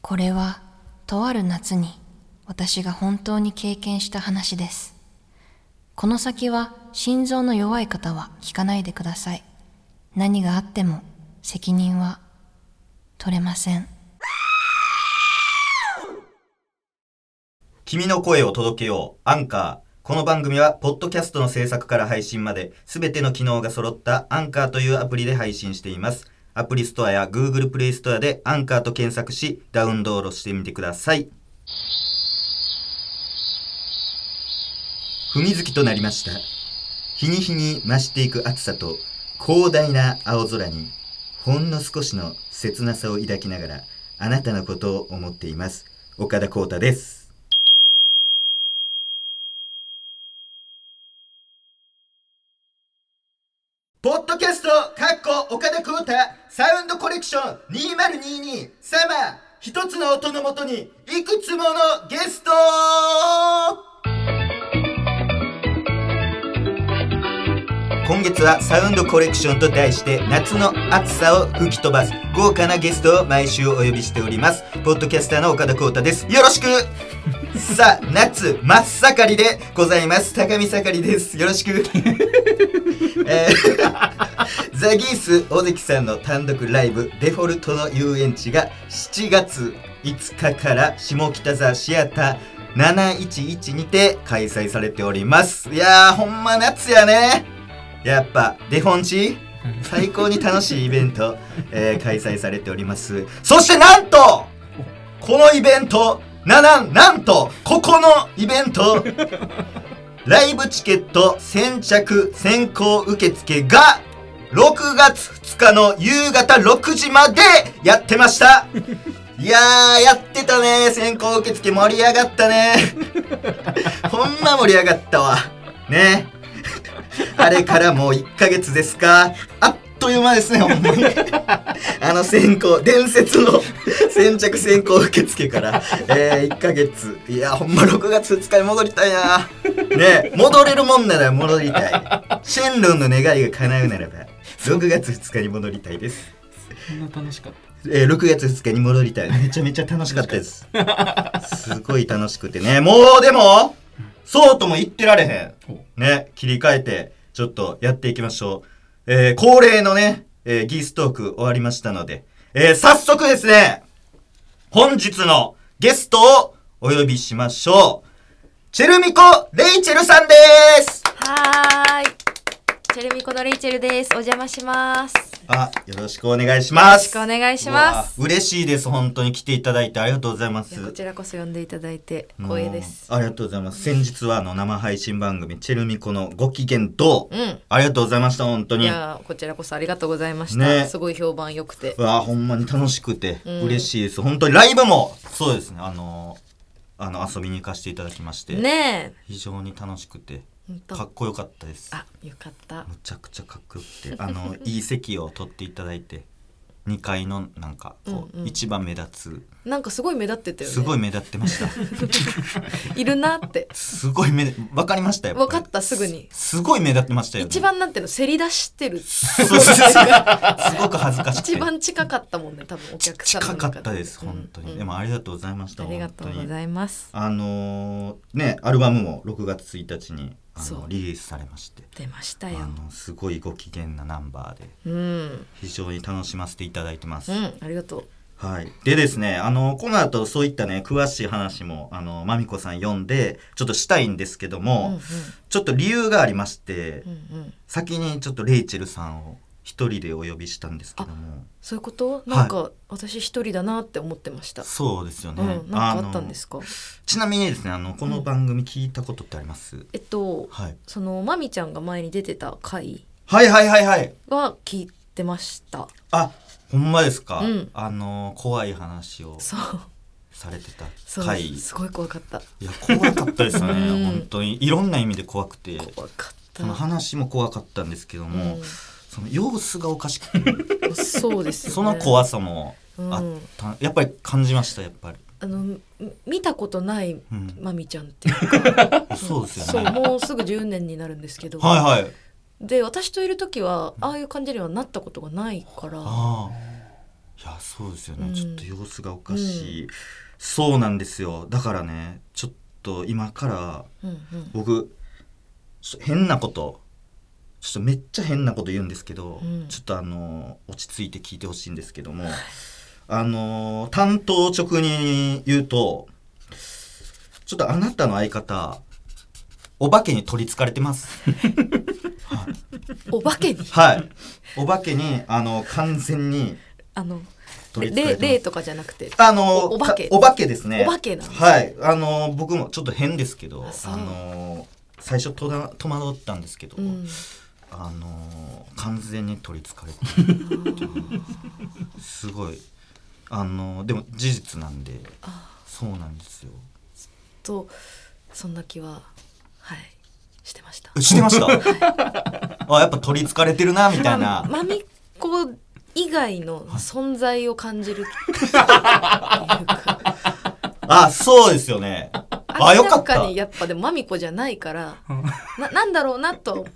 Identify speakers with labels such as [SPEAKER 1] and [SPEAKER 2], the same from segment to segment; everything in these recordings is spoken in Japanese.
[SPEAKER 1] これはとある夏に私が本当に経験した話ですこの先は心臓の弱い方は聞かないでください何があっても責任は取れません
[SPEAKER 2] 君の声を届けよう、アンカー。この番組は、ポッドキャストの制作から配信まで、すべての機能が揃ったアンカーというアプリで配信しています。アプリストアや Google プレイストアでアンカーと検索し、ダウンロードしてみてください。踏み月となりました。日に日に増していく暑さと、広大な青空に、ほんの少しの切なさを抱きながら、あなたのことを思っています。岡田光太です。ポッドキャスト、かっこ、岡田光太、サウンドコレクション2022、サマー、一つの音のもとに、いくつものゲスト今月はサウンドコレクションと題して夏の暑さを吹き飛ばす豪華なゲストを毎週お呼びしておりますポッドキャスターの岡田光太ですよろしく さあ夏真っ盛りでございます高見盛りですよろしく えーザギース尾関さんの単独ライブ「デフォルトの遊園地」が7月5日から下北沢シアター711にて開催されておりますいやーほんま夏やねやっぱデフォンチ最高に楽しいイベント、 えー開催されておりますそしてなんとこのイベントななんなんとここのイベントライブチケット先着先行受付が6月2日の夕方6時までやってましたいやーやってたね先行受付盛り上がったねほんま盛り上がったわねあれからもう1ヶ月ですかあっという間ですねほんまにあの先行伝説の先着先行受付から、えー、1ヶ月いやほんま6月2日に戻りたいなねえ戻れるもんなら戻りたいシェンロンの願いが叶うならば6月2日に戻りたいです、
[SPEAKER 3] そんな楽しかった。
[SPEAKER 2] えー、6月2日に戻りたいめちゃめちゃ楽しかったですすごい楽しくてねもうでもそうとも言ってられへん
[SPEAKER 3] お
[SPEAKER 2] ね切り替えてちょっとやっていきましょう、えー、恒例のね、えーギーストーク終わりましたので、えー、早速ですね本日のゲストをお呼びしましょうチェルミコ・レイチェルさんです
[SPEAKER 4] はーい。チェルミコのレイチェルです。お邪魔します。
[SPEAKER 2] あ、よろしくお願いします。
[SPEAKER 4] よろしくお願いします
[SPEAKER 2] うわ。嬉しいです。本当に来ていただいてありがとうございま
[SPEAKER 4] い
[SPEAKER 2] す
[SPEAKER 4] や。こちらこそ呼んでいただいて光栄です。
[SPEAKER 2] もう。ありがとうございます。先日はあの生配信番組チェルミコのご機嫌どう、
[SPEAKER 4] うん
[SPEAKER 2] ありがとうございました。本当
[SPEAKER 4] い
[SPEAKER 2] に。う
[SPEAKER 4] やーこちらこそありがとうございました。
[SPEAKER 2] ね
[SPEAKER 4] すごい評判良くて。
[SPEAKER 2] わほんまに楽しくて
[SPEAKER 4] うん
[SPEAKER 2] 嬉しいです。本当にライブもそうですね。あのあの遊びに行かせていただきまして、
[SPEAKER 4] ねえ。
[SPEAKER 2] 非常に楽しくて
[SPEAKER 4] ほんと
[SPEAKER 2] かっこよかったです。
[SPEAKER 4] あ、よかった。
[SPEAKER 2] むちゃくちゃかっこよくてあ のいい席を取っていただいて2階のなんかこう、
[SPEAKER 4] うんうん
[SPEAKER 2] 一番目立
[SPEAKER 4] なんかすごい目立ってた
[SPEAKER 2] つ
[SPEAKER 4] よね。
[SPEAKER 2] すごい目立ってました
[SPEAKER 4] いるなって。
[SPEAKER 2] すごい目立分かりましたよ
[SPEAKER 4] 分かったすぐに。
[SPEAKER 2] すごい目立ってましたよ、ね、
[SPEAKER 4] 一番なんていうの、せり出してる。
[SPEAKER 2] そうそうそうすごく恥ずかしくて
[SPEAKER 4] 一番近かったもんね、多分お客さんの
[SPEAKER 2] 近
[SPEAKER 4] 中
[SPEAKER 2] かったです本当に、
[SPEAKER 4] うん
[SPEAKER 2] でもありがとうございました
[SPEAKER 4] ありがとうご
[SPEAKER 2] 本当に
[SPEAKER 4] ざいます。
[SPEAKER 2] あのーねアルバムも6月1日にあ
[SPEAKER 4] そ
[SPEAKER 2] の
[SPEAKER 4] う
[SPEAKER 2] リリースされまして
[SPEAKER 4] 出ました
[SPEAKER 2] あ
[SPEAKER 4] よ。
[SPEAKER 2] のすごいご機嫌なナンバーで
[SPEAKER 4] うん。
[SPEAKER 2] 非常に楽しませていただいてます、
[SPEAKER 4] うん、ありがとう。
[SPEAKER 2] はい。でですね、あの、この後そういったね、詳しい話も、あの、まみこさん読んで、ちょっとしたいんですけども、
[SPEAKER 4] うんうん
[SPEAKER 2] ちょっと理由がありまして、
[SPEAKER 4] うんうん。
[SPEAKER 2] 先にちょっとレイチェルさんを一人でお呼びしたんですけども、
[SPEAKER 4] そういうことなんか私一人だなって思ってました、
[SPEAKER 2] そうですよね。
[SPEAKER 4] うん、なんかあったんです
[SPEAKER 2] の
[SPEAKER 4] か
[SPEAKER 2] ちなみにですね、あの、この番組聞いたことってあります、
[SPEAKER 4] えっと
[SPEAKER 2] はい。
[SPEAKER 4] そのまみちゃんが前に出てた回
[SPEAKER 2] はいはいはいはい。
[SPEAKER 4] は聞いてました
[SPEAKER 2] あ、ほんまですか、
[SPEAKER 4] うん
[SPEAKER 2] あの、怖い話を
[SPEAKER 4] そう
[SPEAKER 2] されてた
[SPEAKER 4] そう、
[SPEAKER 2] 回。い
[SPEAKER 4] すごい怖かった
[SPEAKER 2] や、怖かったですよね、
[SPEAKER 4] うん
[SPEAKER 2] 本当に。いろんな意味で怖くて。
[SPEAKER 4] 怖かった
[SPEAKER 2] その話も怖かったんですけども、
[SPEAKER 4] うん
[SPEAKER 2] その様子がおかしくて
[SPEAKER 4] そうですよね
[SPEAKER 2] その怖さもあった、やっぱり感じましたやっぱり、
[SPEAKER 4] あのみ見たことない
[SPEAKER 2] うん、
[SPEAKER 4] まみちゃんって いう
[SPEAKER 2] そうです
[SPEAKER 4] そ
[SPEAKER 2] よ
[SPEAKER 4] う
[SPEAKER 2] ね
[SPEAKER 4] もうすぐ10年になるんですけど、
[SPEAKER 2] はいはい
[SPEAKER 4] で私といる時はああいう感じにはなったことがないから
[SPEAKER 2] あいやそうですよね、ちょっと様子がおかしい、そうなんですよだからねちょっと今から
[SPEAKER 4] うんうん
[SPEAKER 2] 僕ちょっと変なことちょっとめっちゃ変なこと言うんですけど、
[SPEAKER 4] うん
[SPEAKER 2] ちょっとあの落ち着いて聞いてほしいんですけどもあの担当直入に言うとちょっとあなたの相方お化けに取りつかれて ます。
[SPEAKER 4] お化けに
[SPEAKER 2] はい。お化けに、あの、完全に
[SPEAKER 4] あの
[SPEAKER 2] 取りつかれて
[SPEAKER 4] 霊
[SPEAKER 2] ます。
[SPEAKER 4] 霊とかじゃなくて
[SPEAKER 2] あの
[SPEAKER 4] おお化け
[SPEAKER 2] かお化けですね。
[SPEAKER 4] お化けなんです
[SPEAKER 2] はい。あの僕もちょっと変ですけど、
[SPEAKER 4] あ
[SPEAKER 2] あ
[SPEAKER 4] そう
[SPEAKER 2] の最初とだ戸惑ったんですけど、
[SPEAKER 4] うん
[SPEAKER 2] あの完全に取りつかれてる、すごい。あのでも事実なんで、
[SPEAKER 4] あ
[SPEAKER 2] そうなんですよ。
[SPEAKER 4] とそんな気ははいしてました
[SPEAKER 2] え知ってま した。あやっぱ取りつかれてるなみたい
[SPEAKER 4] ま
[SPEAKER 2] な。
[SPEAKER 4] まみっこ以外の存在を感じるっていうか
[SPEAKER 2] あそうですよね。あよ
[SPEAKER 4] 明
[SPEAKER 2] からった
[SPEAKER 4] か。にやっぱでもまみこじゃないからななんだろうなと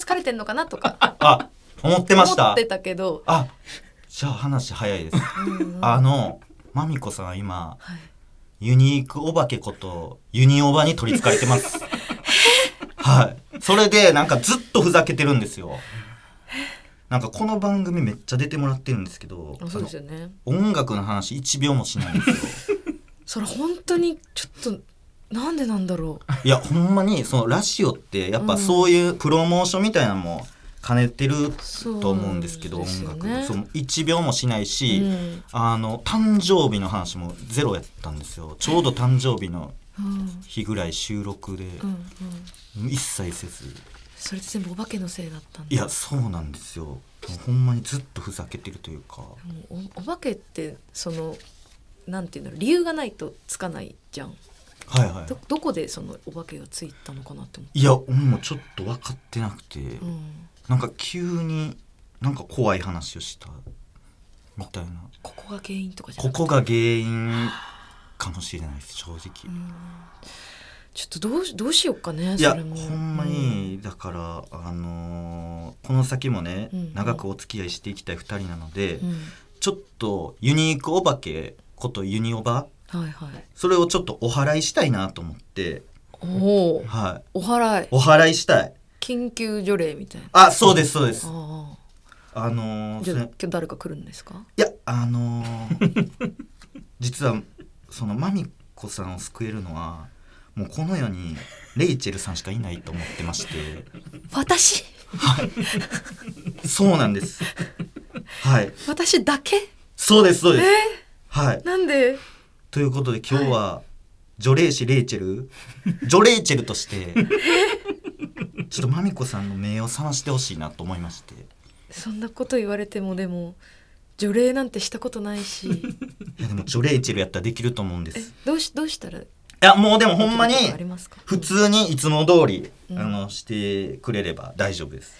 [SPEAKER 4] 疲れてんのかなとか
[SPEAKER 2] あ思ってま
[SPEAKER 4] 思
[SPEAKER 2] した
[SPEAKER 4] っ。てたけど、
[SPEAKER 2] あじゃあ話早いです。
[SPEAKER 4] うん
[SPEAKER 2] あのマミコさんは今。
[SPEAKER 4] はい
[SPEAKER 2] ユニークお化けことユニおばに取り憑かれてます。はい。それでなんかずっとふざけてるんですよ。なんかこの番組めっちゃ出てもらってるんですけど、
[SPEAKER 4] あそうですよね
[SPEAKER 2] あの音楽の話1秒もしないんですよ。
[SPEAKER 4] それ本当にちょっとなんでなんだろう
[SPEAKER 2] いやほんまにそのラジオってやっぱそういうプロモーションみたいなのも兼ねてる と思うんですけど、
[SPEAKER 4] そうです
[SPEAKER 2] 音
[SPEAKER 4] よね
[SPEAKER 2] 楽のその1秒もしないし、
[SPEAKER 4] うん
[SPEAKER 2] あの誕生日の話もゼロやったんですよ。ちょうど誕生日の
[SPEAKER 4] うん
[SPEAKER 2] 日ぐらい収録で
[SPEAKER 4] うんうん
[SPEAKER 2] 一切せず。
[SPEAKER 4] それって全部お化けのせいだったんだ
[SPEAKER 2] いやそうなんですよもうほんまにずっとふざけてるというか
[SPEAKER 4] でもおお化けってそのなんていうんだろう理由がないとつかないじゃん
[SPEAKER 2] はいは
[SPEAKER 4] どどこでそのお化けがついたのかなって思って、
[SPEAKER 2] いいやもうちょっと分かってなくて、
[SPEAKER 4] うん、
[SPEAKER 2] なんか急になんか怖い話をしたみたいな
[SPEAKER 4] ここが原因とかじゃ
[SPEAKER 2] こ
[SPEAKER 4] なくて
[SPEAKER 2] こが原因 かもしれないです正直、
[SPEAKER 4] ちょっとどうしどうしようかね
[SPEAKER 2] いや
[SPEAKER 4] それも
[SPEAKER 2] ほんまにだからあのーこの先もね、
[SPEAKER 4] うん
[SPEAKER 2] 長くお付き合いしていきたい2人なので、
[SPEAKER 4] うん
[SPEAKER 2] ちょっとユニークお化けことユニおば
[SPEAKER 4] はいはい
[SPEAKER 2] それをちょっとお祓いしたいなと思って
[SPEAKER 4] おお
[SPEAKER 2] はい
[SPEAKER 4] お祓い
[SPEAKER 2] お祓いしたい
[SPEAKER 4] 緊急除霊みたいな
[SPEAKER 2] あ、そうです、そうです。
[SPEAKER 4] あ
[SPEAKER 2] あの
[SPEAKER 4] あ
[SPEAKER 2] ー
[SPEAKER 4] じゃあ
[SPEAKER 2] そ
[SPEAKER 4] 今
[SPEAKER 2] れ
[SPEAKER 4] 日誰か来るんですか
[SPEAKER 2] いや、あのー 実は、その、マミコさんを救えるのは、もうこの世に、レイチェルさんしかいないと思ってまして、
[SPEAKER 4] 私
[SPEAKER 2] そうなんです。はい。
[SPEAKER 4] 私だけ
[SPEAKER 2] そうです、そう
[SPEAKER 4] え
[SPEAKER 2] です。
[SPEAKER 4] ー
[SPEAKER 2] はい。
[SPEAKER 4] なんで
[SPEAKER 2] ということで、今日は、除霊師レイチェル、除霊チェルと して、ちょっとマミコさんの目を覚ましてほしいなと思いまして。
[SPEAKER 4] そんなこと言われてもでも除霊なんてしたことないし
[SPEAKER 2] いや、でも、除霊チェルやったらできると思うんで
[SPEAKER 4] え
[SPEAKER 2] す。
[SPEAKER 4] どうしどうしたら
[SPEAKER 2] いや、もうでもほんまに
[SPEAKER 4] できることあ、りますか
[SPEAKER 2] 普通にいつも通り、
[SPEAKER 4] うん
[SPEAKER 2] あのしてくれれば大丈夫です。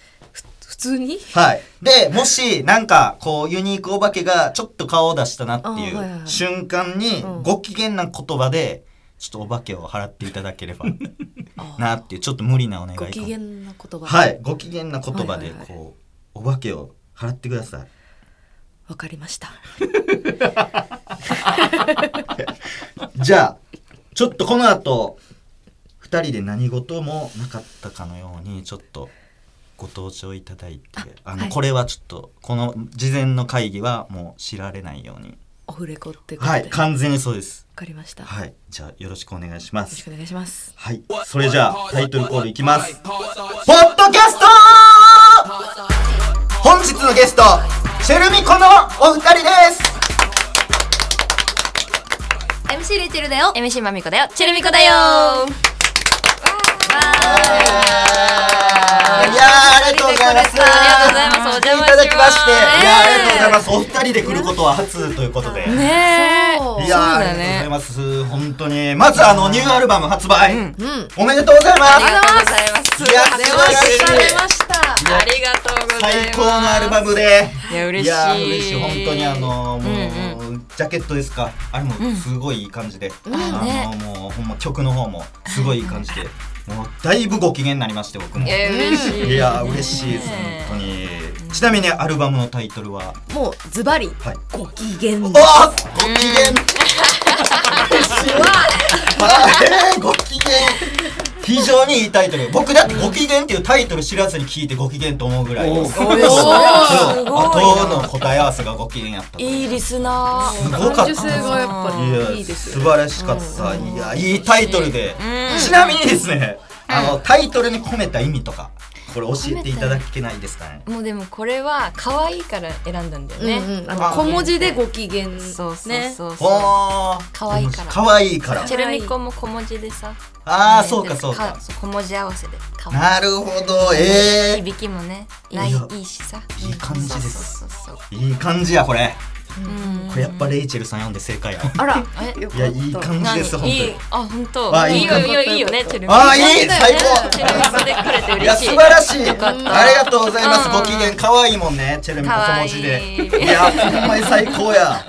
[SPEAKER 4] 普通に
[SPEAKER 2] はい。で、もしなんかこうユニークお化けがちょっと顔を出したなってい
[SPEAKER 4] あはいは
[SPEAKER 2] う
[SPEAKER 4] い
[SPEAKER 2] 瞬間に
[SPEAKER 4] うん
[SPEAKER 2] ご機嫌な言葉でちょっとお化けを払っていただければ
[SPEAKER 4] あ
[SPEAKER 2] なっていうちょっと無理なお願いか
[SPEAKER 4] ご
[SPEAKER 2] も
[SPEAKER 4] 機嫌な言葉
[SPEAKER 2] はい。ご機嫌な言葉で
[SPEAKER 4] はいはいはい
[SPEAKER 2] こうお化けを払ってください。
[SPEAKER 4] わかりました
[SPEAKER 2] じゃあちょっとこの後二人で何事もなかったかのようにちょっとご登場いただいてあの、
[SPEAKER 4] はい
[SPEAKER 2] これはちょっとこの事前の会議はもう知られないように
[SPEAKER 4] オフレコってことで、
[SPEAKER 2] はい
[SPEAKER 4] わ
[SPEAKER 2] 完全にそうです
[SPEAKER 4] かりました、よ
[SPEAKER 2] はいじゃあよろしくお願いしま
[SPEAKER 4] ろし
[SPEAKER 2] す
[SPEAKER 4] くお願いします
[SPEAKER 2] はいそれじゃあタイトルコールいきますポッドキャスト本日のゲストチェルミコのお二人です
[SPEAKER 3] MC レイチェルだよ
[SPEAKER 1] MC まみこだよ
[SPEAKER 3] チェルミコだよわ
[SPEAKER 2] いやーありがとうございます。
[SPEAKER 3] ありがとうございますお邪魔します
[SPEAKER 2] いただきまして、いやーありがとうございます。お二人で来ることは初ということで。
[SPEAKER 3] ーねえ
[SPEAKER 2] いやーありがとうございます。本当にまずあのニューアルバム発売、おめでとうございま
[SPEAKER 3] ありが
[SPEAKER 2] す。
[SPEAKER 3] とうございます
[SPEAKER 2] いや
[SPEAKER 3] 出
[SPEAKER 2] 素
[SPEAKER 3] ま
[SPEAKER 2] 晴らしい
[SPEAKER 3] した出まし
[SPEAKER 4] した
[SPEAKER 3] たありがとうございます
[SPEAKER 2] 最高のアルバムで。
[SPEAKER 3] いや嬉しい
[SPEAKER 2] いやー嬉しい本当にあのーも
[SPEAKER 3] う
[SPEAKER 2] う、ジャケットですかあれもすごいいい感じで、あのーもうほんま曲の方もすごいいい感じで、もうだいぶご機嫌になりまして僕も。
[SPEAKER 3] いや嬉しい
[SPEAKER 2] いやー嬉しいです本当に。ちなみにアルバムのタイトルは
[SPEAKER 4] もうズバリ
[SPEAKER 2] はい
[SPEAKER 4] ご機嫌
[SPEAKER 2] お
[SPEAKER 4] で
[SPEAKER 2] ーご機嫌あーご機嫌非常にいいタイトル僕だって「ご機嫌」っていうタイトル知らずに聞いてご機嫌と思うぐらい
[SPEAKER 5] おー
[SPEAKER 2] そう
[SPEAKER 3] ーす
[SPEAKER 2] 後の答え合わせがご機嫌やった
[SPEAKER 3] いいリスナー。
[SPEAKER 2] すごかった
[SPEAKER 4] 感受性がやっぱ
[SPEAKER 2] いや
[SPEAKER 4] りいいです
[SPEAKER 2] 素
[SPEAKER 4] よ
[SPEAKER 2] 晴らしかった、いやいいタイトルで、
[SPEAKER 3] うん
[SPEAKER 2] ちなみにですね、あのタイトルに込めた意味とかこれ教えていただけないですかね
[SPEAKER 1] もうでもこれは可愛いから選んだんだよね、
[SPEAKER 4] うんうんあ
[SPEAKER 2] あ
[SPEAKER 4] の小文字でご機嫌
[SPEAKER 1] そうそう
[SPEAKER 4] ね
[SPEAKER 1] そうそ
[SPEAKER 2] おー
[SPEAKER 1] 可愛いから
[SPEAKER 2] 可愛いから
[SPEAKER 1] うチェルミコも小文字でさ
[SPEAKER 2] ああそうかそうか
[SPEAKER 1] 小文字合わせで可愛い
[SPEAKER 2] なるほどええ
[SPEAKER 1] 響きもね
[SPEAKER 2] いや
[SPEAKER 1] ラインいいしさ
[SPEAKER 2] いい感じです
[SPEAKER 1] そうそうそうそ
[SPEAKER 2] いい感じやこれ
[SPEAKER 1] ううん
[SPEAKER 2] これやっぱレイチェルさん読んで正解や
[SPEAKER 4] あら
[SPEAKER 1] え
[SPEAKER 4] よか
[SPEAKER 2] いや
[SPEAKER 4] った
[SPEAKER 2] いい感じ
[SPEAKER 1] 何
[SPEAKER 2] です本当
[SPEAKER 1] いい
[SPEAKER 2] に
[SPEAKER 1] あ本
[SPEAKER 2] あ
[SPEAKER 1] 当
[SPEAKER 2] い
[SPEAKER 1] い
[SPEAKER 2] い
[SPEAKER 1] い
[SPEAKER 2] か
[SPEAKER 1] よ
[SPEAKER 2] も
[SPEAKER 1] いいよいいよねチェルミコ
[SPEAKER 2] ああいい最
[SPEAKER 1] チェルミコでくれて嬉し
[SPEAKER 2] 高
[SPEAKER 1] い
[SPEAKER 2] いや素晴らしい
[SPEAKER 1] よかった
[SPEAKER 2] ありがとうございま
[SPEAKER 1] う
[SPEAKER 2] す
[SPEAKER 1] ん
[SPEAKER 2] ご機嫌可愛いもんねチェルミコ小文字で
[SPEAKER 1] 可愛い
[SPEAKER 2] いやほんまに最高や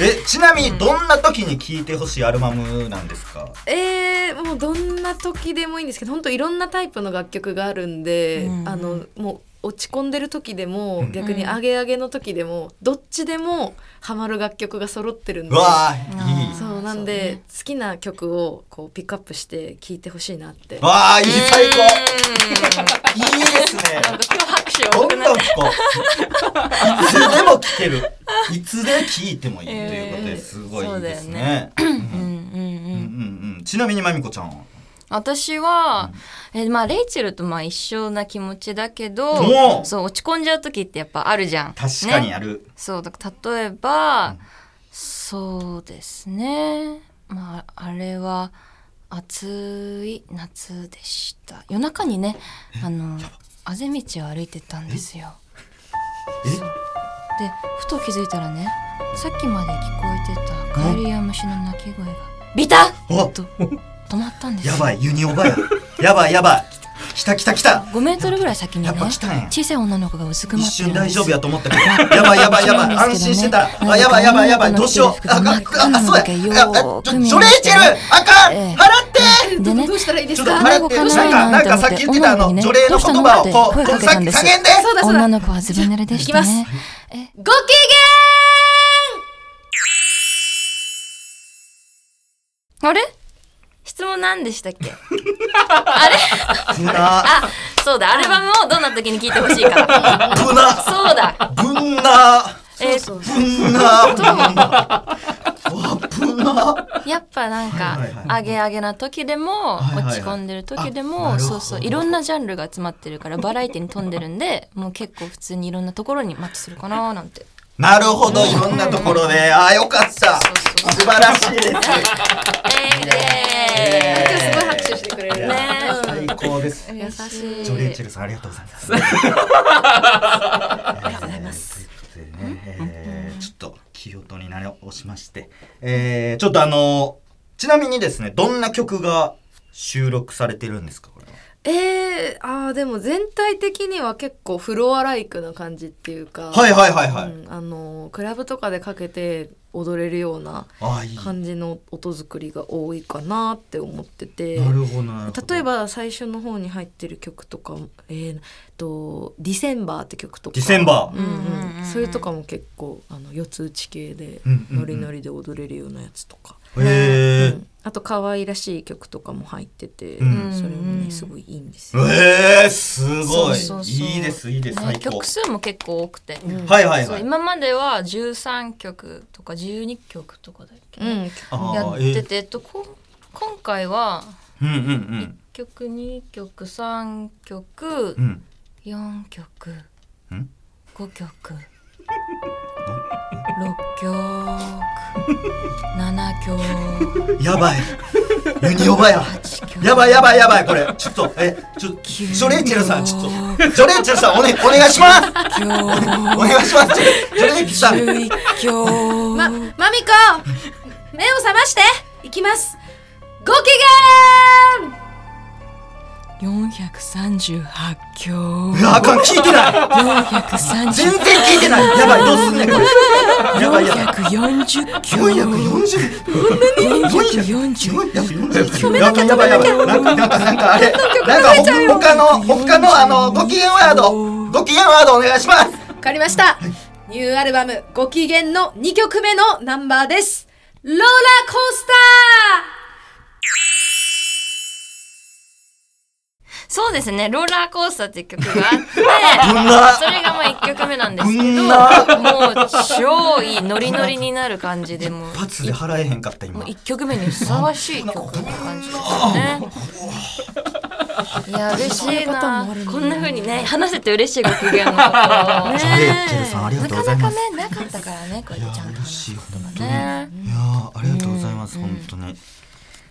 [SPEAKER 2] えちなみにどんな時に聴いてほしいアルバムなんですか
[SPEAKER 4] えー、もうどんな時でもいいんですけど本当いろんなタイプの楽曲があるんで、
[SPEAKER 1] うん
[SPEAKER 4] あのもう落ち込んでる時でも、
[SPEAKER 2] うん
[SPEAKER 4] 逆にアゲアゲの時でもどっちでもハマる楽曲が揃ってるん
[SPEAKER 2] う
[SPEAKER 4] で
[SPEAKER 2] わあ
[SPEAKER 1] ー
[SPEAKER 2] いい
[SPEAKER 4] そうなんで、好きな曲をこうピックアップして聴いてほしいなって
[SPEAKER 2] わあいい最高
[SPEAKER 3] うん
[SPEAKER 2] いいですね
[SPEAKER 3] なんか今日拍手
[SPEAKER 2] ど
[SPEAKER 3] 多
[SPEAKER 2] ん
[SPEAKER 3] く
[SPEAKER 2] どん
[SPEAKER 3] な
[SPEAKER 2] 聞
[SPEAKER 3] っ
[SPEAKER 2] こう。いつでも聞ける。いつで聞いてもいいということですごいいいですね。うん
[SPEAKER 1] うんうんう
[SPEAKER 2] うん
[SPEAKER 1] ん
[SPEAKER 2] うん。ちなみにまみこちゃんは。
[SPEAKER 1] 私は、えまあレイチェルとまあ一緒な気持ちだけ
[SPEAKER 2] お
[SPEAKER 1] ど
[SPEAKER 2] う
[SPEAKER 1] そう落ち込んじゃう時ってやっぱあるじゃん
[SPEAKER 2] 確かに
[SPEAKER 1] ね
[SPEAKER 2] ある。
[SPEAKER 1] そうだから例えば、そうですねまああれは暑い夏でした夜中にねあのあぜ道を歩いてたんですよ
[SPEAKER 2] え
[SPEAKER 1] そうでふと気づいたらねさっきまで聞こえてたカエルや虫の鳴き声がビタッと止まったんですよ
[SPEAKER 2] やばい、ユニオバや。やばい、やばい。来た来た来た。
[SPEAKER 1] 5メートルぐらい先にね
[SPEAKER 2] やっぱ来たんや
[SPEAKER 1] 小さい女の子がうずくま
[SPEAKER 2] 一
[SPEAKER 1] ってる
[SPEAKER 2] 瞬
[SPEAKER 1] んで
[SPEAKER 2] 大
[SPEAKER 1] す
[SPEAKER 2] 丈夫やと思ったけど。やばい、やばい、やばい。安心してた。あ、やばい、やばい、やばい。どうしよう。あ、あ、あ、そうや。あ、あちょ、ジョレイチェルあかん払って
[SPEAKER 1] でね
[SPEAKER 4] どうしたらいいで
[SPEAKER 2] ちょ
[SPEAKER 4] す
[SPEAKER 2] っと
[SPEAKER 4] か
[SPEAKER 2] 払って、なんか、なんかさっき言ってたあの、除霊の言葉を、こう、こうさっき加減で
[SPEAKER 4] そうだそうだ
[SPEAKER 1] 女の子はズボン濡れでしたね。え、
[SPEAKER 4] ご機
[SPEAKER 1] あれ質問何でしたっけ
[SPEAKER 2] ぶな、
[SPEAKER 1] あ、そうだ、アルバムをどんな時に聴いてほしい か。
[SPEAKER 2] ぶな。
[SPEAKER 1] そうだ、
[SPEAKER 2] ぶんな
[SPEAKER 1] え
[SPEAKER 4] そうそう
[SPEAKER 2] ぶんなぶんなぶんな
[SPEAKER 1] やっぱなんか
[SPEAKER 2] はいはい、は
[SPEAKER 1] アゲアゲな時でも、
[SPEAKER 2] はいはいはい
[SPEAKER 1] 落ち込んでる時で
[SPEAKER 2] あな
[SPEAKER 1] も、
[SPEAKER 2] るほ
[SPEAKER 1] そ
[SPEAKER 2] ど
[SPEAKER 1] うそう、いろんなジャンルが集まってるから、バラエティに富んでるんで、もう結構普通にいろんなところにマッチするかなーなんて。
[SPEAKER 2] なるほどいろんなところであーよかった素晴らしい です
[SPEAKER 1] え
[SPEAKER 4] 今日すごい拍手してくれる
[SPEAKER 2] い
[SPEAKER 4] ね
[SPEAKER 2] やー
[SPEAKER 1] ね
[SPEAKER 2] 最高です
[SPEAKER 1] ー、優しい。
[SPEAKER 2] ジョレイチェルさんありがとうございますありがとうございますえーちょっと気音になりをしましてえーちょっとあのーちなみにですねどんな曲が収録されてるんですかこれは
[SPEAKER 4] えー、あーでも全体的には結構フロアライクな感じっていうか
[SPEAKER 2] はいはいはいはい、
[SPEAKER 4] うん、あのクラブとかでかけて踊れるような
[SPEAKER 2] あーいい
[SPEAKER 4] 感じの音作りが多いかなって思ってて
[SPEAKER 2] なるほどなるほど
[SPEAKER 4] 例えば最初の方に入ってる曲とかもえーと「ディセンバー」って曲とか
[SPEAKER 2] ディセンバー
[SPEAKER 4] う
[SPEAKER 1] う
[SPEAKER 4] ん
[SPEAKER 1] んうんう
[SPEAKER 4] うんん、それとかも結構あの四つ打ち系で
[SPEAKER 2] うんうんうん
[SPEAKER 4] ノリノリで踊れるようなやつとか、
[SPEAKER 2] へ
[SPEAKER 4] うんあと可愛らしい曲とかも入ってて、
[SPEAKER 2] うん
[SPEAKER 4] それも
[SPEAKER 1] うん
[SPEAKER 4] ねすごいいいんです
[SPEAKER 2] え
[SPEAKER 4] よ。
[SPEAKER 2] えー、すごい
[SPEAKER 1] そうそうそう
[SPEAKER 2] いいですいいです
[SPEAKER 1] ね
[SPEAKER 2] 最高
[SPEAKER 1] 曲数も結構多くて、
[SPEAKER 2] はいはい
[SPEAKER 1] そ
[SPEAKER 2] は
[SPEAKER 1] う
[SPEAKER 2] い
[SPEAKER 1] 今までは13曲とか12曲とかだっけ、
[SPEAKER 4] うん、
[SPEAKER 1] や
[SPEAKER 2] あ
[SPEAKER 1] っ
[SPEAKER 2] ー
[SPEAKER 1] てて、えっと、こん今回は
[SPEAKER 2] えーうんうん
[SPEAKER 1] 1曲2曲3曲
[SPEAKER 2] うんうん
[SPEAKER 1] 4曲
[SPEAKER 2] ん
[SPEAKER 1] 5曲6曲7曲
[SPEAKER 2] やばいユニオバややばいやばいやばいこれちょっとえちょジョレイチェルさんちょっとジョレイチェルさんお,、ね、お願いしますお願いしますジョレイチェルさん
[SPEAKER 1] 11曲
[SPEAKER 4] ま、マミコ目を覚ましていきますご機
[SPEAKER 1] 438曲
[SPEAKER 2] うわあかん聞いてない全
[SPEAKER 1] 430
[SPEAKER 2] 然聞いてないやばいどうすんねんこれやばいやばい
[SPEAKER 1] 440曲
[SPEAKER 2] 440
[SPEAKER 1] 止め
[SPEAKER 2] な
[SPEAKER 1] な
[SPEAKER 2] き
[SPEAKER 1] きゃ
[SPEAKER 2] やばいやばいなんかなんかなんかあれなんかほ他の他のあのご機嫌ワードご機嫌ワードお願いします
[SPEAKER 6] わかりましたニューアルバム「ご機嫌」の2曲目のナンバーですローラーコース
[SPEAKER 1] そうですね、ローラーコースターっていう曲があ って、
[SPEAKER 2] ぶんな
[SPEAKER 1] それがまあ一曲目なんですけど、
[SPEAKER 2] う
[SPEAKER 1] も
[SPEAKER 2] ん
[SPEAKER 1] う
[SPEAKER 2] な
[SPEAKER 1] 超いいノリノリになる感じでもう
[SPEAKER 2] 一。発で払えへんかった今
[SPEAKER 1] もう一曲目にふさわしい曲って感じですね。い や嬉しいな。こんな風にね話せて嬉しいご機 嫌のことをね。
[SPEAKER 2] ジェルさんありがとうございます
[SPEAKER 1] なかなかねなかったからねこれ
[SPEAKER 2] い
[SPEAKER 1] ち
[SPEAKER 2] や
[SPEAKER 1] ゃんと
[SPEAKER 2] 嬉しい本当に、
[SPEAKER 1] ね。
[SPEAKER 2] いやーありがとうございます、本当に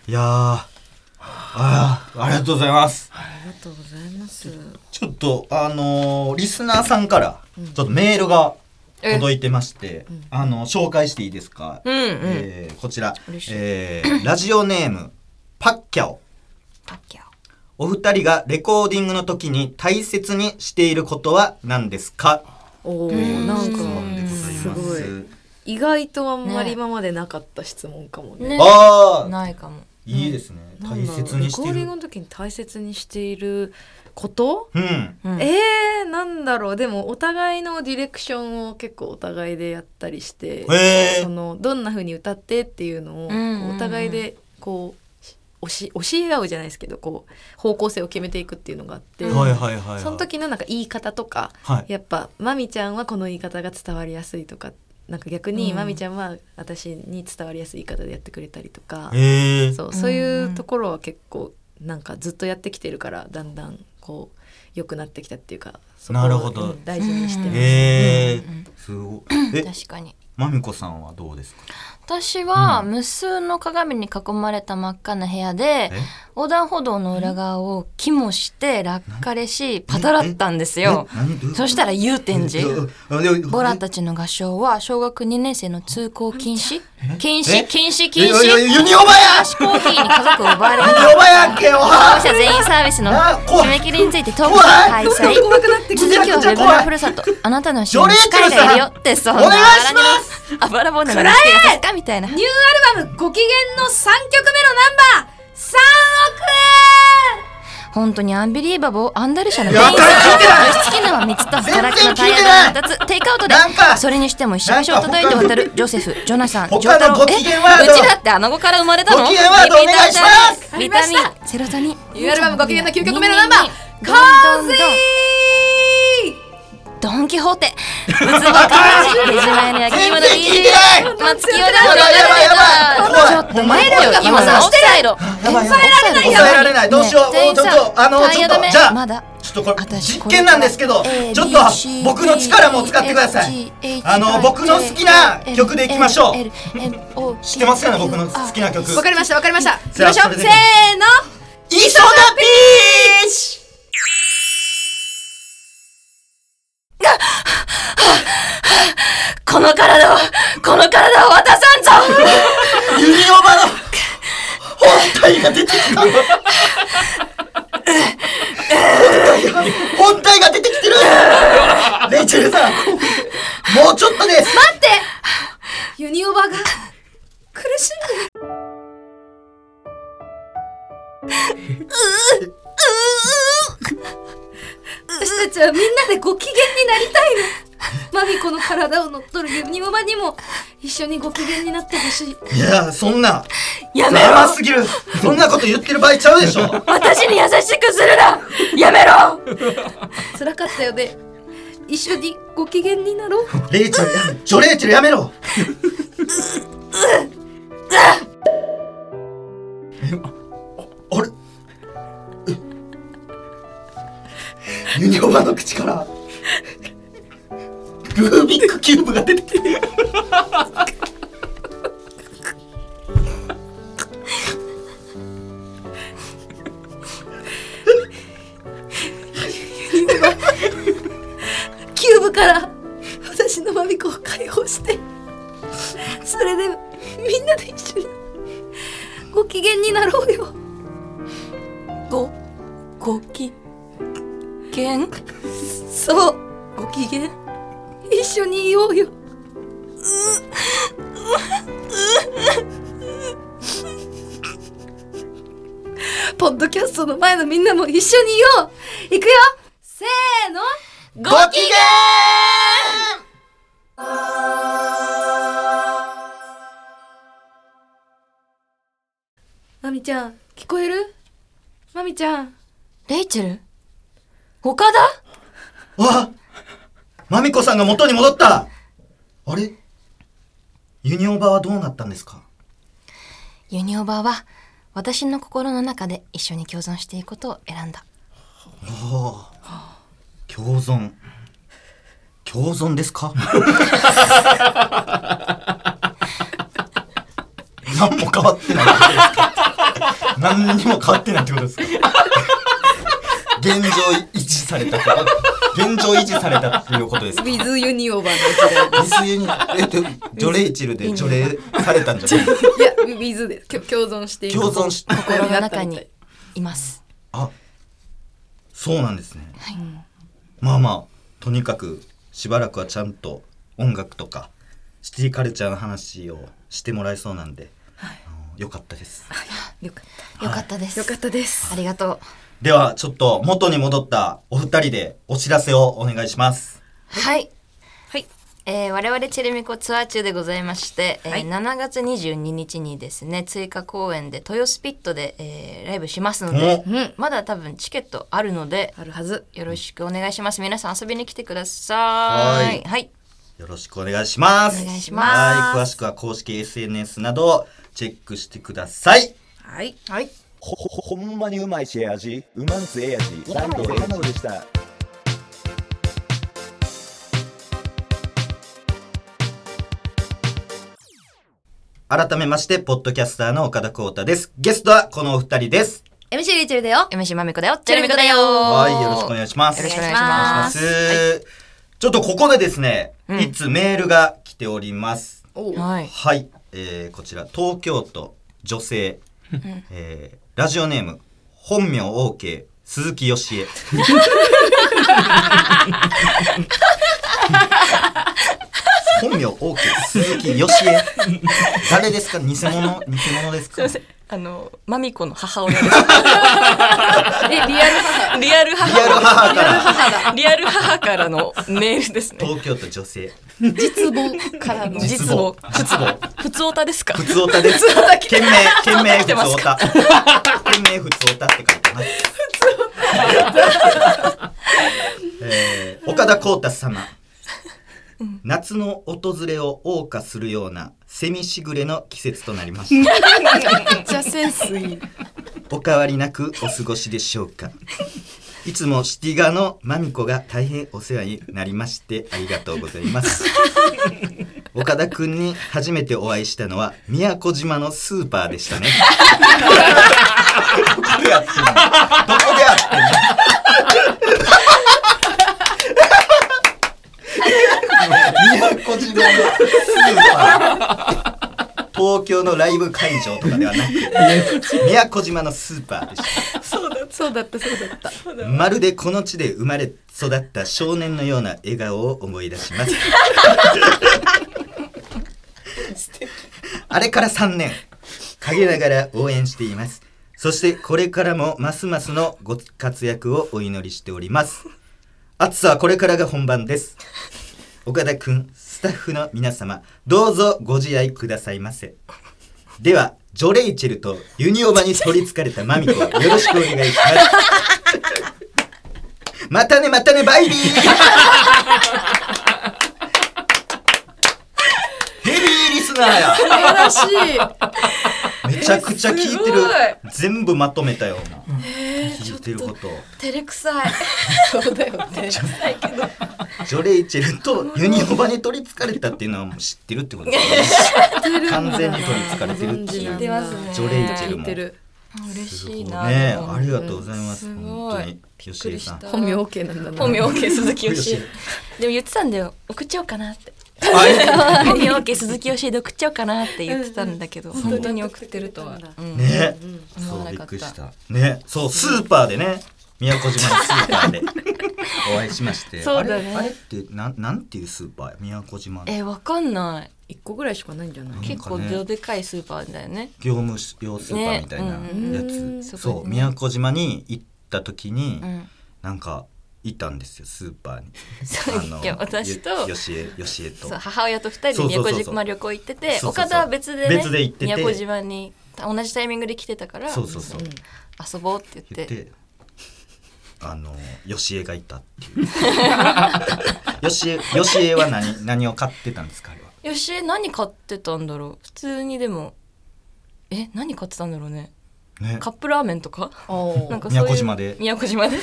[SPEAKER 2] いやーあーありがとうございます
[SPEAKER 4] りがとうございます。
[SPEAKER 2] ちょっとあのーリスナーさんからちょっとメールが届いてまして、あの紹介していいですか、
[SPEAKER 1] うんうん
[SPEAKER 2] えーこちら、
[SPEAKER 1] 嬉しい
[SPEAKER 2] えーラジオネームパッキャオ
[SPEAKER 1] パッキャオ。
[SPEAKER 2] お二人がレコーディングの時に大切にしていることは何ですか
[SPEAKER 4] おお、なんか
[SPEAKER 2] す
[SPEAKER 4] すごい。意外とあんまり今までなかった質問かもね。
[SPEAKER 1] ね
[SPEAKER 2] ああ
[SPEAKER 1] ないかも。
[SPEAKER 2] いいですね
[SPEAKER 4] なん
[SPEAKER 2] 大
[SPEAKER 4] だろう
[SPEAKER 2] 切にし
[SPEAKER 4] レ
[SPEAKER 2] て
[SPEAKER 4] コーディ
[SPEAKER 2] る
[SPEAKER 4] ングの時に大切にしていること、
[SPEAKER 2] うん
[SPEAKER 1] うん
[SPEAKER 4] えー、なんだろうでもお互いのディレクションを結構お互いでやったりして、
[SPEAKER 2] えー
[SPEAKER 4] そのどんな風に歌ってっていうのを
[SPEAKER 1] うんうんうん
[SPEAKER 4] お互いでこうし教え教え合うじゃないですけどこう方向性を決めていくっていうのがあって、
[SPEAKER 2] はいはいはい、はい、
[SPEAKER 4] その時のなんか言い方とか、
[SPEAKER 2] はい
[SPEAKER 4] やっぱまみちゃんはこの言い方が伝わりやすいとかなんか逆にまみちゃんは私に伝わりやすい言い方でやってくれたりとか、
[SPEAKER 2] ええー、
[SPEAKER 4] そうそういうところは結構なんかずっとやってきてるからだんだんこう良くなってきたっていうかそこを
[SPEAKER 2] なるほど
[SPEAKER 4] うん大事にしてます、
[SPEAKER 2] ええー、すごいえ
[SPEAKER 1] 確かに。
[SPEAKER 2] まみこさんはどうですか
[SPEAKER 1] 私は無数の鏡に囲まれた真っ赤な部屋で
[SPEAKER 2] え
[SPEAKER 1] 横断歩道の裏側を木もして落下れしパタラったんですよ
[SPEAKER 2] え何どういうこと
[SPEAKER 1] そしたら祐天寺
[SPEAKER 2] あでも
[SPEAKER 1] ボラたちの合唱は小学2年生の通行禁止禁
[SPEAKER 2] え
[SPEAKER 1] 止禁止禁
[SPEAKER 2] いやいや
[SPEAKER 1] 止
[SPEAKER 2] ユニオバや
[SPEAKER 1] コーヒーに家族を奪われ
[SPEAKER 2] ユ
[SPEAKER 1] る
[SPEAKER 2] ニオバやっけよ
[SPEAKER 1] 保護者全員サービスの
[SPEAKER 2] あ怖い
[SPEAKER 1] 締め切りについてトークを開催
[SPEAKER 6] 怖くなってき
[SPEAKER 1] 続きはウェブのふるさとあなたの親戚彼がいるよってそんな
[SPEAKER 2] お願いしま
[SPEAKER 1] あばら骨の見つけがさすかみたいな
[SPEAKER 6] ニューアルバム「ご機嫌」の3曲目のナンバー3億円
[SPEAKER 1] 本当にアンビリーバボーアンダルシャの
[SPEAKER 2] や
[SPEAKER 1] 店員
[SPEAKER 2] った
[SPEAKER 1] さ
[SPEAKER 2] ら
[SPEAKER 1] ん
[SPEAKER 2] 聞い
[SPEAKER 1] 義
[SPEAKER 2] てない
[SPEAKER 1] 経は3つと働ラクのタイヤが2つテイクアウトで
[SPEAKER 2] なんか
[SPEAKER 1] それにしても一緒に書を叩いて渡るジョセフジョナサン
[SPEAKER 2] 他の
[SPEAKER 1] ジョータロ
[SPEAKER 2] ご
[SPEAKER 1] ウ
[SPEAKER 2] 機
[SPEAKER 1] えう
[SPEAKER 2] 嫌ワード
[SPEAKER 1] ちだってあの子から生まれたの
[SPEAKER 2] ご機嫌ワードお願いします
[SPEAKER 1] リピーターチャージビタミンセロトニン
[SPEAKER 6] ニューアルバムご機嫌の9曲目のナンバー
[SPEAKER 1] カーゼドンキホーテうつぼかまじ出島屋の焼き芋の
[SPEAKER 2] 全然聞いてない
[SPEAKER 1] DJ 松木より
[SPEAKER 2] やばいやばい
[SPEAKER 1] もちょっと待ってよ
[SPEAKER 6] お前らが
[SPEAKER 1] 今のオフサイド
[SPEAKER 2] やばいやばい
[SPEAKER 1] 抑
[SPEAKER 2] 抑えられないどうしよう
[SPEAKER 1] ねえ
[SPEAKER 2] ちょっとあの
[SPEAKER 1] タイ
[SPEAKER 2] ちょっ
[SPEAKER 1] ヤ
[SPEAKER 2] と
[SPEAKER 1] 止め
[SPEAKER 2] じゃあ
[SPEAKER 1] まだ
[SPEAKER 2] ちょっとこれ
[SPEAKER 1] 私
[SPEAKER 2] 実験なんですけど
[SPEAKER 1] これから A
[SPEAKER 2] ちょっと
[SPEAKER 1] B C D
[SPEAKER 2] 僕の力も使ってください
[SPEAKER 1] F G H I J K
[SPEAKER 2] あの僕の好きな曲でいきましょう
[SPEAKER 1] L M O P
[SPEAKER 2] 知ってますかね僕の好きな曲
[SPEAKER 6] わかりましたわかりましたいき
[SPEAKER 2] じゃあ
[SPEAKER 6] ましょ
[SPEAKER 2] そうれ
[SPEAKER 6] せ
[SPEAKER 2] で
[SPEAKER 6] ーの
[SPEAKER 2] 磯田ピーチ
[SPEAKER 1] この体をこの体を渡さんぞ
[SPEAKER 2] ユニオバの本体が出てきた本体が出てきてるレイチェルさんもうちょっとです
[SPEAKER 6] ユニオバが苦しむ私たちはみんなでご機嫌になりたいのマミコの体を乗っ取るユニオバにも一緒にご機嫌になってほしい
[SPEAKER 2] いやそんな
[SPEAKER 1] やめ
[SPEAKER 2] やば
[SPEAKER 1] ろ
[SPEAKER 2] すぎるそんなこと言ってる場合ちゃうでしょ
[SPEAKER 1] 私に優しくするなやめろ
[SPEAKER 6] 辛かったよね一緒にご機嫌になろう
[SPEAKER 2] レイチェルやめジョレイチェルやめろえああれえユニオバの口からルービックキューブが出てきて
[SPEAKER 6] キューブから私のマミコを解放してそれでみんなで一緒にご機嫌になろうよ
[SPEAKER 1] ごごきげん
[SPEAKER 6] そうご機嫌一緒にいようよポッドキャストの前のみんなも一緒にいよういくよせーの
[SPEAKER 2] ごきげん
[SPEAKER 4] まみちゃん聞こえるまみちゃん
[SPEAKER 3] レイチェル他だ
[SPEAKER 2] あマミコさんが元に戻ったあれユニオバはどうなったんですか
[SPEAKER 1] ユニオバは私の心の中で一緒に共存していくことを選んだ
[SPEAKER 2] 共存共存ですか 何も変わってない何にも変わってないってことですか現状維持されたってこと現状維持されたっていうこと ですか
[SPEAKER 4] With Uniova の時代
[SPEAKER 2] 水泳にえっとジョレイチルで除霊されたんじゃ ない
[SPEAKER 4] いや、ウィズです。きょ共存している
[SPEAKER 2] 共存し
[SPEAKER 4] 心
[SPEAKER 1] 心
[SPEAKER 4] の
[SPEAKER 1] の
[SPEAKER 4] 中
[SPEAKER 1] 中
[SPEAKER 4] に
[SPEAKER 1] に。います
[SPEAKER 2] あそうなんですね、まあまあとにかくしばらくはちゃんと音楽とかシティカルチャーの話をしてもらえそうなんで、あのよかったです
[SPEAKER 4] よかっ
[SPEAKER 1] よかったです、
[SPEAKER 4] た。よかったです。
[SPEAKER 1] ありがとう
[SPEAKER 2] ではちょっと元に戻ったお二人でお知らせをお願いします
[SPEAKER 1] はい、
[SPEAKER 4] はい
[SPEAKER 1] えー我々チェルミコツアー中でございまして、えー
[SPEAKER 4] はい
[SPEAKER 1] 7月22日にですね追加公演で豊スピットで、えーライブしますので
[SPEAKER 2] お
[SPEAKER 4] うん。
[SPEAKER 1] まだ多分チケットあるので
[SPEAKER 4] あるはず。
[SPEAKER 1] よろしくお願いします皆さん遊びに来てください
[SPEAKER 2] はい
[SPEAKER 1] はい
[SPEAKER 2] よろしくお願いします
[SPEAKER 1] お願いします
[SPEAKER 2] はい詳しくは公式 SNS などをチェックしてください
[SPEAKER 4] はい。
[SPEAKER 1] はい
[SPEAKER 7] ほ、ほ、ほほんまにうまいしえ味うまんすええ味ランドレナウでした。
[SPEAKER 2] 改めましてポッドキャスターの岡田光太ですゲストはこのお二人です
[SPEAKER 5] MC リーチェルだよ
[SPEAKER 1] MC まみこだよチ
[SPEAKER 5] ェルミコだよ
[SPEAKER 2] はい、よろしくお願いします。
[SPEAKER 1] よろしくお願い
[SPEAKER 5] い
[SPEAKER 1] し
[SPEAKER 5] し
[SPEAKER 1] ま
[SPEAKER 5] ます
[SPEAKER 2] す。ちょっとここでですね、
[SPEAKER 1] うん
[SPEAKER 2] いつメールが来ております。
[SPEAKER 4] おう
[SPEAKER 1] はい
[SPEAKER 2] はい、えーこちら、東京都女性、えーラジオネーム、本名 OK、鈴木よしえ。本名 OK、鈴木よしえ。誰ですか偽物偽物ですか
[SPEAKER 3] あのまみこの母親です えリアル母リアル母
[SPEAKER 2] リアル母から
[SPEAKER 3] リアル母からのメールですね
[SPEAKER 2] 東京都女性。
[SPEAKER 4] 実母からの。
[SPEAKER 3] 実母
[SPEAKER 2] 実母。
[SPEAKER 3] 普通おたですか
[SPEAKER 2] ふつおたです。懸命、懸命ふつお た。懸命ふつおたって書いてます。えー岡田光太様。夏の訪れを謳歌するようなセミしぐれの季節となりました。
[SPEAKER 4] めっちゃセンスいい。
[SPEAKER 2] お変わりなくお過ごしでしょうか。いつもシティガのマミコが大変お世話になりましてありがとうございます。岡田くんに初めてお会いしたのは宮古島のスーパーでしたね。どこでやってんのどこでやってんの宮古島のスーパー東京のライブ会場とかではなく宮古島のスーパーでした
[SPEAKER 4] そうだ、そうだった、そうだった。
[SPEAKER 2] まるでこの地で生まれ育った少年のような笑顔を思い出し ます。あれから3年、陰ながら応援しています。そしてこれからもますますのご活躍をお祈りしております。暑さはこれからが本番です。岡田くん、スタッフの皆様、どうぞご自愛くださいませ。では、ジョレイチェルとユニオバに取りつかれたマミコ、よろしくお願いします。またねまたねバイ ビーヘビーリスナーや
[SPEAKER 4] 素晴らしい。
[SPEAKER 2] めちゃくちゃ聞いてる
[SPEAKER 4] すごい
[SPEAKER 2] 全部まとめたよ聞いてること
[SPEAKER 5] 照れくさい
[SPEAKER 4] そうだよね。
[SPEAKER 2] ジョレイチェルとユニオバに取りつかれたっていうのはもう知ってるってことだね完全に取りつかれてるっていう
[SPEAKER 4] 聞いてますね
[SPEAKER 2] ジョレイチェル
[SPEAKER 4] 聞い
[SPEAKER 2] も
[SPEAKER 4] てる。
[SPEAKER 3] 嬉
[SPEAKER 2] すご
[SPEAKER 3] し
[SPEAKER 2] い
[SPEAKER 3] い
[SPEAKER 2] ね
[SPEAKER 3] な
[SPEAKER 2] ありがとうございます
[SPEAKER 3] す
[SPEAKER 2] 本
[SPEAKER 3] ご
[SPEAKER 2] 当
[SPEAKER 3] い
[SPEAKER 2] に吉井さん
[SPEAKER 4] 本名 OK なんだな。
[SPEAKER 3] 本名 OK 鈴木よ
[SPEAKER 2] よし
[SPEAKER 3] し でも言ってたんだよ送っちゃおうかな って
[SPEAKER 2] あれ
[SPEAKER 3] 本名 OK 鈴木よしで送っちゃおうかなって言ってたんだけど本当に送ってるとはうん
[SPEAKER 2] ね、
[SPEAKER 3] 思わ
[SPEAKER 2] そう
[SPEAKER 3] な
[SPEAKER 2] びっ
[SPEAKER 3] かった
[SPEAKER 2] くりしたねそうスーパーでね宮古島のスーパーで お会いしまして
[SPEAKER 3] そうだね
[SPEAKER 2] あれあれってなんなんていうスーパーや宮古島の
[SPEAKER 3] えわかんない
[SPEAKER 4] 一個ぐらいしかないんじゃない
[SPEAKER 3] 結構でかいスーパーだよね
[SPEAKER 2] 業務用スーパーみたいな
[SPEAKER 3] ね
[SPEAKER 2] やつ、
[SPEAKER 4] うん
[SPEAKER 3] そこ
[SPEAKER 2] そう
[SPEAKER 3] ね
[SPEAKER 2] 宮古島に行った時に、
[SPEAKER 3] うん
[SPEAKER 2] なんかいたんですよスーパーに
[SPEAKER 3] そういや私と
[SPEAKER 2] よしえよしえと
[SPEAKER 3] そう母親と二人で宮古島旅行行ってて
[SPEAKER 2] そうそうそう
[SPEAKER 3] 岡田は別でね
[SPEAKER 2] 別で行ってて
[SPEAKER 3] 宮古島に同じタイミングで来てたから
[SPEAKER 2] そうそうそう
[SPEAKER 3] 遊ぼうって言
[SPEAKER 2] 言
[SPEAKER 3] っ
[SPEAKER 2] っててあのよしえがいたっていう よしえよしえは何何を買ってたんですかあれは
[SPEAKER 3] よしえ何買ってたんだろう普通にでもえ何買ってたんだろうね
[SPEAKER 2] ね
[SPEAKER 3] カップラーメンとかなんかそうい
[SPEAKER 2] 宮
[SPEAKER 3] う
[SPEAKER 2] 古島で
[SPEAKER 3] 宮 古島で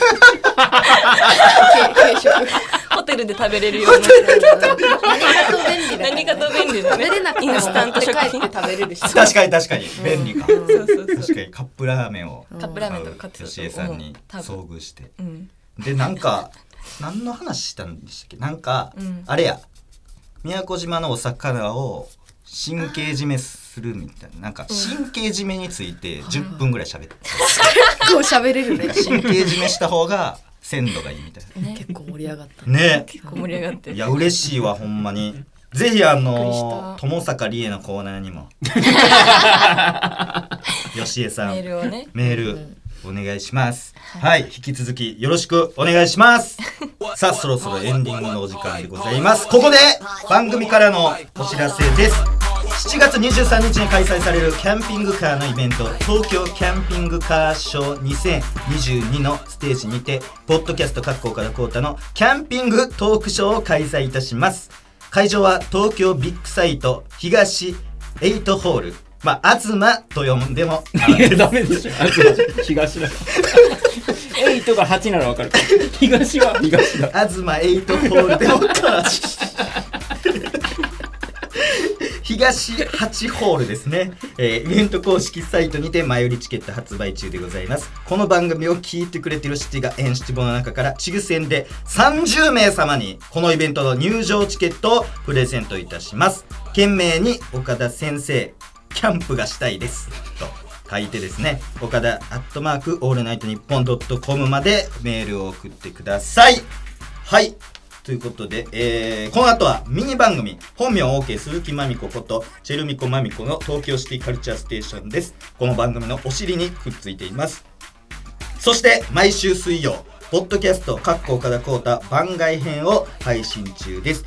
[SPEAKER 3] ホテルで食べれるよう な
[SPEAKER 4] 何かと便利だ
[SPEAKER 3] 何かと便利だね
[SPEAKER 4] 出なくて
[SPEAKER 3] インスタント
[SPEAKER 4] も
[SPEAKER 3] 食
[SPEAKER 4] 持って帰
[SPEAKER 3] 品
[SPEAKER 4] って食べれるし
[SPEAKER 2] 確かに確かに便利か
[SPEAKER 3] そうそうそう
[SPEAKER 2] 確かにカップラーメンを
[SPEAKER 3] カップラーメンとか買ってたと思う
[SPEAKER 2] よしえさんに
[SPEAKER 3] 多分
[SPEAKER 2] 遭遇して
[SPEAKER 3] うん
[SPEAKER 2] でなん か何の話したんでしたっけなんか、
[SPEAKER 3] ん
[SPEAKER 2] あれや宮古島のお魚を神経締めするみたいななんか神経締めについて10分ぐらい喋って、
[SPEAKER 4] 結構喋れるね
[SPEAKER 2] 神経締めした方が鮮度がいいみたい
[SPEAKER 4] 結構盛り上がった
[SPEAKER 2] な ね
[SPEAKER 3] 結構盛り上がって
[SPEAKER 2] いや嬉しい わほんまにぜひあ
[SPEAKER 3] びっくりした
[SPEAKER 2] の友坂理恵のコーナーに もよしえさん
[SPEAKER 3] メールをね
[SPEAKER 2] メールお願いします。はい、引き続きよろしくお願いします。さあ、そろそろエンディングのお時間でございます。ここで番組からのお知らせです。7月23日に開催されるキャンピングカーのイベント東京キャンピングカーショー2022のステージにてポッドキャスト各校からコータのキャンピングトークショーを開催いたします会場は東京ビッグサイト東エイトホールまあ東と呼んでも
[SPEAKER 8] いや、ダメでしょ。あ東だ から。エイトが8ならわかる。 東は東だ。
[SPEAKER 2] 東エイトホールでもか東8ホールですね、えーイベント公式サイトにて前売りチケット発売中でございますこの番組を聞いてくれてるシティが演出本の中から抽選で30名様にこのイベントの入場チケットをプレゼントいたします懸命に岡田先生キャンプがしたいですと書いてですね岡田アットマークオールナイトニッポンドットコムまでメールを送ってくださいはいということで、えーこの後はミニ番組本名 OK 鈴木まみこことチェルミコまみこの東京シティカルチャーステーションですこの番組のお尻にくっついていますそして毎週水曜、ポッドキャスト、かっこ岡田光太番外編を配信中です。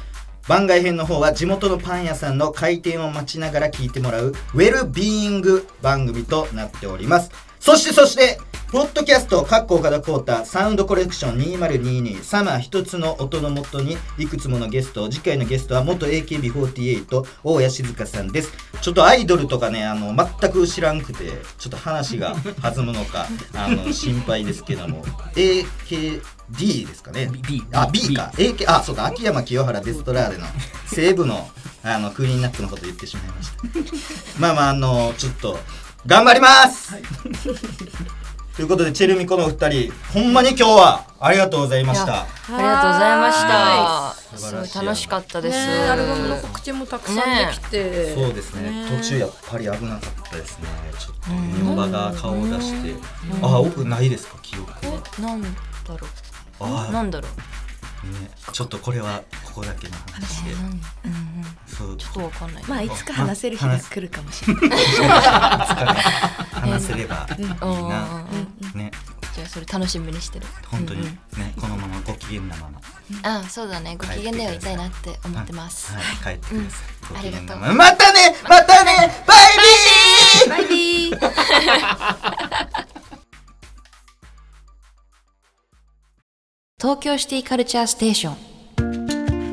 [SPEAKER 2] 番外編の方は地元のパン屋さんの開店を待ちながら聞いてもらうウェルビーイング番組となっております。そしてそして、ポッドキャスト、かっこ岡田光太サウンドコレクション2022サマー一つの音のもとにいくつものゲスト、次回のゲストは元 AKB48 大谷静香さんです。ちょっとアイドルとかね、あの、全く知らんくて、ちょっと話が弾むのか、あの、心配ですけども、AKD ですかね。
[SPEAKER 8] B
[SPEAKER 2] あ、B か。AK、あ、そうか、秋山清原デストラーデの西部の、あの、クリーンナップのこと言ってしまいました。まあまあ、あの、ちょっと、頑張ります、ということで、チェルミコのお二人、ほんまに今日はありがとうございました。
[SPEAKER 3] ありがとうございました。
[SPEAKER 2] はーい
[SPEAKER 3] すごい楽しかったです。
[SPEAKER 4] アルバムの告知もたくさんできて、
[SPEAKER 2] そうですね途中やっぱり危なかったですねちょっとミョバが顔を出して、あ奥ないですか記憶は
[SPEAKER 3] えなんだろ
[SPEAKER 2] あ
[SPEAKER 3] う。なんだろう。
[SPEAKER 2] ね、ちょっとこれはここだけの話で、そう
[SPEAKER 3] ちょっとわかんない。
[SPEAKER 4] まあいつか話せる日が来るかもしれない
[SPEAKER 2] 話せればいい
[SPEAKER 3] うんうんうん
[SPEAKER 2] な、ね
[SPEAKER 3] じゃあそれ楽しみにしてる。
[SPEAKER 2] 本当にね、このままご機嫌なまま、
[SPEAKER 3] ああ、そうだね。ご機嫌ではいたいなって思ってます。
[SPEAKER 2] はい、帰ってください、ご機嫌なま
[SPEAKER 3] あ
[SPEAKER 2] ままたねまたねバイビー
[SPEAKER 4] バイビー
[SPEAKER 1] 東京シティカルチャーステーション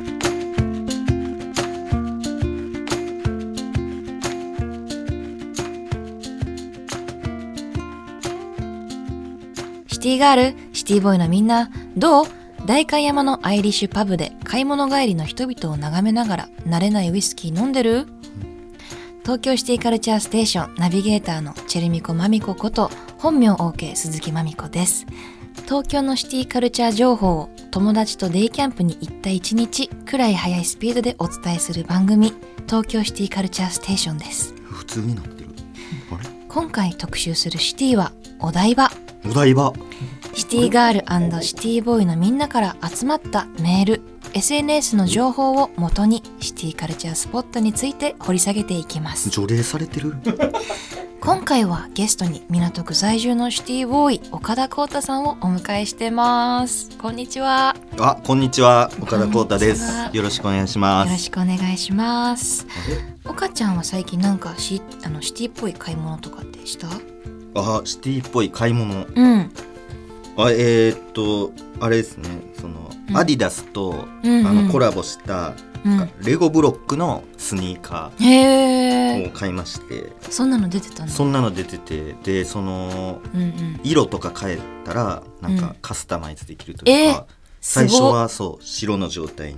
[SPEAKER 1] シティガール、シティボーイのみんな、どう代官山のアイリッシュパブで買い物帰りの人々を眺めながら慣れないウイスキー飲んでる東京シティカルチャーステーションナビゲーターのチェルミコマミコこと本名 OK 鈴木マミコです東京のシティカルチャー情報を友達とデイキャンプに行った1日くらい早いスピードでお伝えする番組東京シティカルチャーステーションです
[SPEAKER 2] 普通になってる
[SPEAKER 1] 今回特集するシティはお台場
[SPEAKER 2] お台場
[SPEAKER 1] シティガールシティボーイのみんなから集まったメール SNS の情報をもとにシティカルチャースポットについて掘り下げていきます
[SPEAKER 2] 除霊されてる
[SPEAKER 1] 今回はゲストに港区在住のシティボーイ岡田光太さんをお迎えしてますこんにちは
[SPEAKER 2] あ、こんにちは、岡田光太で
[SPEAKER 1] こんにち
[SPEAKER 2] す
[SPEAKER 1] は。
[SPEAKER 2] よろしくお願いしま
[SPEAKER 1] よろ
[SPEAKER 2] す。
[SPEAKER 1] しくお願いします岡ちゃんは最近なんかシあのシティっぽい買い物とかってした
[SPEAKER 2] あ、シティっぽい買い物。
[SPEAKER 1] うん
[SPEAKER 2] あ、えー、っと、あれですね、その、
[SPEAKER 1] うん
[SPEAKER 2] アディダスと、
[SPEAKER 1] うん
[SPEAKER 2] あのコラボした、
[SPEAKER 1] うん
[SPEAKER 2] レゴブロックのスニーカ
[SPEAKER 1] へえ
[SPEAKER 2] ーを買いまして、
[SPEAKER 1] そんなの出てたの
[SPEAKER 2] そんなの出てて、で、その、
[SPEAKER 1] うんうん
[SPEAKER 2] 色とか変えたら、なん
[SPEAKER 1] うん
[SPEAKER 2] かカスタマイズできると
[SPEAKER 1] え
[SPEAKER 2] いうか、
[SPEAKER 1] ー
[SPEAKER 2] 最初
[SPEAKER 1] すごっ
[SPEAKER 2] はそう、白の状態の、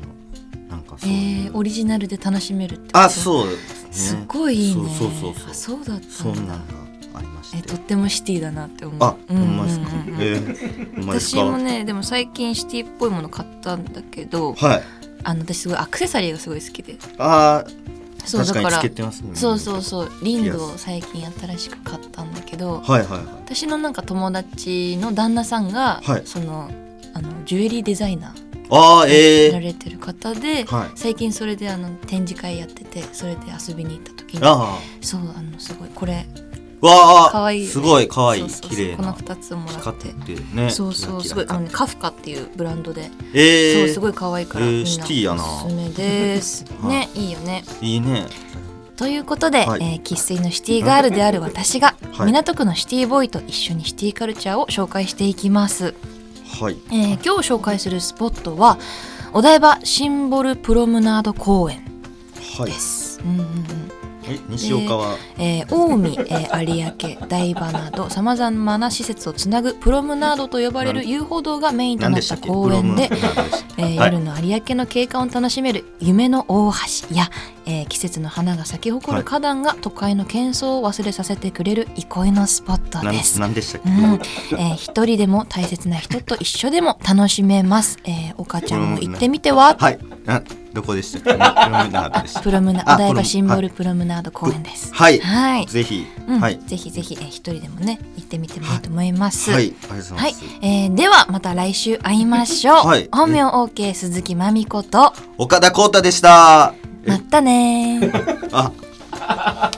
[SPEAKER 2] なんかそう
[SPEAKER 1] え
[SPEAKER 2] い
[SPEAKER 1] ー
[SPEAKER 2] う。
[SPEAKER 1] オリジナルで楽しめるってこと
[SPEAKER 2] あ、そうですね。
[SPEAKER 1] すっごいいいね
[SPEAKER 2] そうそうそう
[SPEAKER 1] あそうだった
[SPEAKER 2] そ
[SPEAKER 1] んだ
[SPEAKER 2] んなんがありまして。
[SPEAKER 1] えとってもシティだなって思う
[SPEAKER 2] あ、
[SPEAKER 1] う
[SPEAKER 2] ほ
[SPEAKER 1] んうん
[SPEAKER 2] ん
[SPEAKER 1] う
[SPEAKER 2] ま
[SPEAKER 1] ん
[SPEAKER 2] ですか。えー、ほんまです
[SPEAKER 1] 私
[SPEAKER 2] か。
[SPEAKER 1] もねでも最近シティっぽいもの買ったんだけど
[SPEAKER 2] はい。
[SPEAKER 1] あの私すごいアクセサリーがすごい好きで
[SPEAKER 2] あー
[SPEAKER 1] そうだ
[SPEAKER 2] 確
[SPEAKER 1] か
[SPEAKER 2] かにつ
[SPEAKER 1] ら
[SPEAKER 2] けてますね。
[SPEAKER 1] そうそうそうリングを
[SPEAKER 2] Yes
[SPEAKER 1] 最近新しく買ったんだけど
[SPEAKER 2] はいはいはい。
[SPEAKER 1] 私のなんか友達の旦那さんが、
[SPEAKER 2] はい
[SPEAKER 1] そのあのジュエリーデザイナー
[SPEAKER 2] あーえ
[SPEAKER 1] やら
[SPEAKER 2] ー。
[SPEAKER 1] れてる方で、
[SPEAKER 2] はい
[SPEAKER 1] 最近それであの展示会やっててそれで遊びに行った時に
[SPEAKER 2] あ
[SPEAKER 1] そうあのすごいこれ
[SPEAKER 2] ーわあ。
[SPEAKER 1] 可愛いよね
[SPEAKER 2] すごい可愛い
[SPEAKER 1] そうそうそう
[SPEAKER 2] 綺麗
[SPEAKER 1] この
[SPEAKER 2] な。
[SPEAKER 1] 2つをもら
[SPEAKER 2] 光
[SPEAKER 1] っ
[SPEAKER 2] っててるね。
[SPEAKER 1] そうそう
[SPEAKER 2] キ
[SPEAKER 1] す
[SPEAKER 2] ラ
[SPEAKER 1] ごい
[SPEAKER 2] キラ
[SPEAKER 1] あの、ね、カフカっていうブランドで、
[SPEAKER 2] えー。
[SPEAKER 1] そうすごい可愛いから、
[SPEAKER 2] えー
[SPEAKER 1] みんな
[SPEAKER 2] シティやな
[SPEAKER 1] おすすめ です
[SPEAKER 2] い
[SPEAKER 1] ねいいよね
[SPEAKER 2] いいね。
[SPEAKER 1] ということで
[SPEAKER 2] はい
[SPEAKER 1] えー生粋、のシティガールである私が、
[SPEAKER 2] はい
[SPEAKER 1] 港区のシティボーイと一緒にシティカルチャーを紹介していきます、
[SPEAKER 2] はい。
[SPEAKER 1] えー今日紹介するスポットはお台場シンボルプロムナード公園
[SPEAKER 2] はい
[SPEAKER 1] で。す、うんうんうん
[SPEAKER 2] え西岡は
[SPEAKER 1] えー近江、えー有明台場などさまざまな施設をつなぐプロムナードと呼ばれる遊歩道がメインと
[SPEAKER 2] 何
[SPEAKER 1] な
[SPEAKER 2] で
[SPEAKER 1] っ
[SPEAKER 2] した
[SPEAKER 1] た
[SPEAKER 2] っけ？
[SPEAKER 1] 公園で
[SPEAKER 2] ブロムなんしたっけ
[SPEAKER 1] えー
[SPEAKER 2] はい
[SPEAKER 1] 夜の有明の景観を楽しめる夢の大橋や、えー季節の花が咲き誇る花壇が都会の喧騒を忘れさせてくれる憩いのスポット
[SPEAKER 2] なん
[SPEAKER 1] です。
[SPEAKER 2] なんでしたっ
[SPEAKER 1] う
[SPEAKER 2] け？
[SPEAKER 1] んえー一人でも大切な人と一緒でも楽しめます。えー、お母ちゃんも行ってみては、
[SPEAKER 2] はい。などこでしたっけ？ブロムナードでした
[SPEAKER 1] プロムナ
[SPEAKER 2] あ
[SPEAKER 1] お台
[SPEAKER 2] プロ
[SPEAKER 1] 場
[SPEAKER 2] ム
[SPEAKER 1] シンボルプロムナード公園です。
[SPEAKER 2] はい。
[SPEAKER 1] はい
[SPEAKER 2] ぜひ。
[SPEAKER 1] うん
[SPEAKER 2] はい。
[SPEAKER 1] ぜひぜひ、えー一人でもね行ってみてもいいと思います。
[SPEAKER 2] はい。ありがとうございま
[SPEAKER 1] はい
[SPEAKER 2] す。、
[SPEAKER 1] えー、ではまた来週会いましょう。
[SPEAKER 2] はい
[SPEAKER 1] 本名 OK 鈴木まみこと
[SPEAKER 2] 岡田光太でした。
[SPEAKER 1] まったねー。
[SPEAKER 2] あ。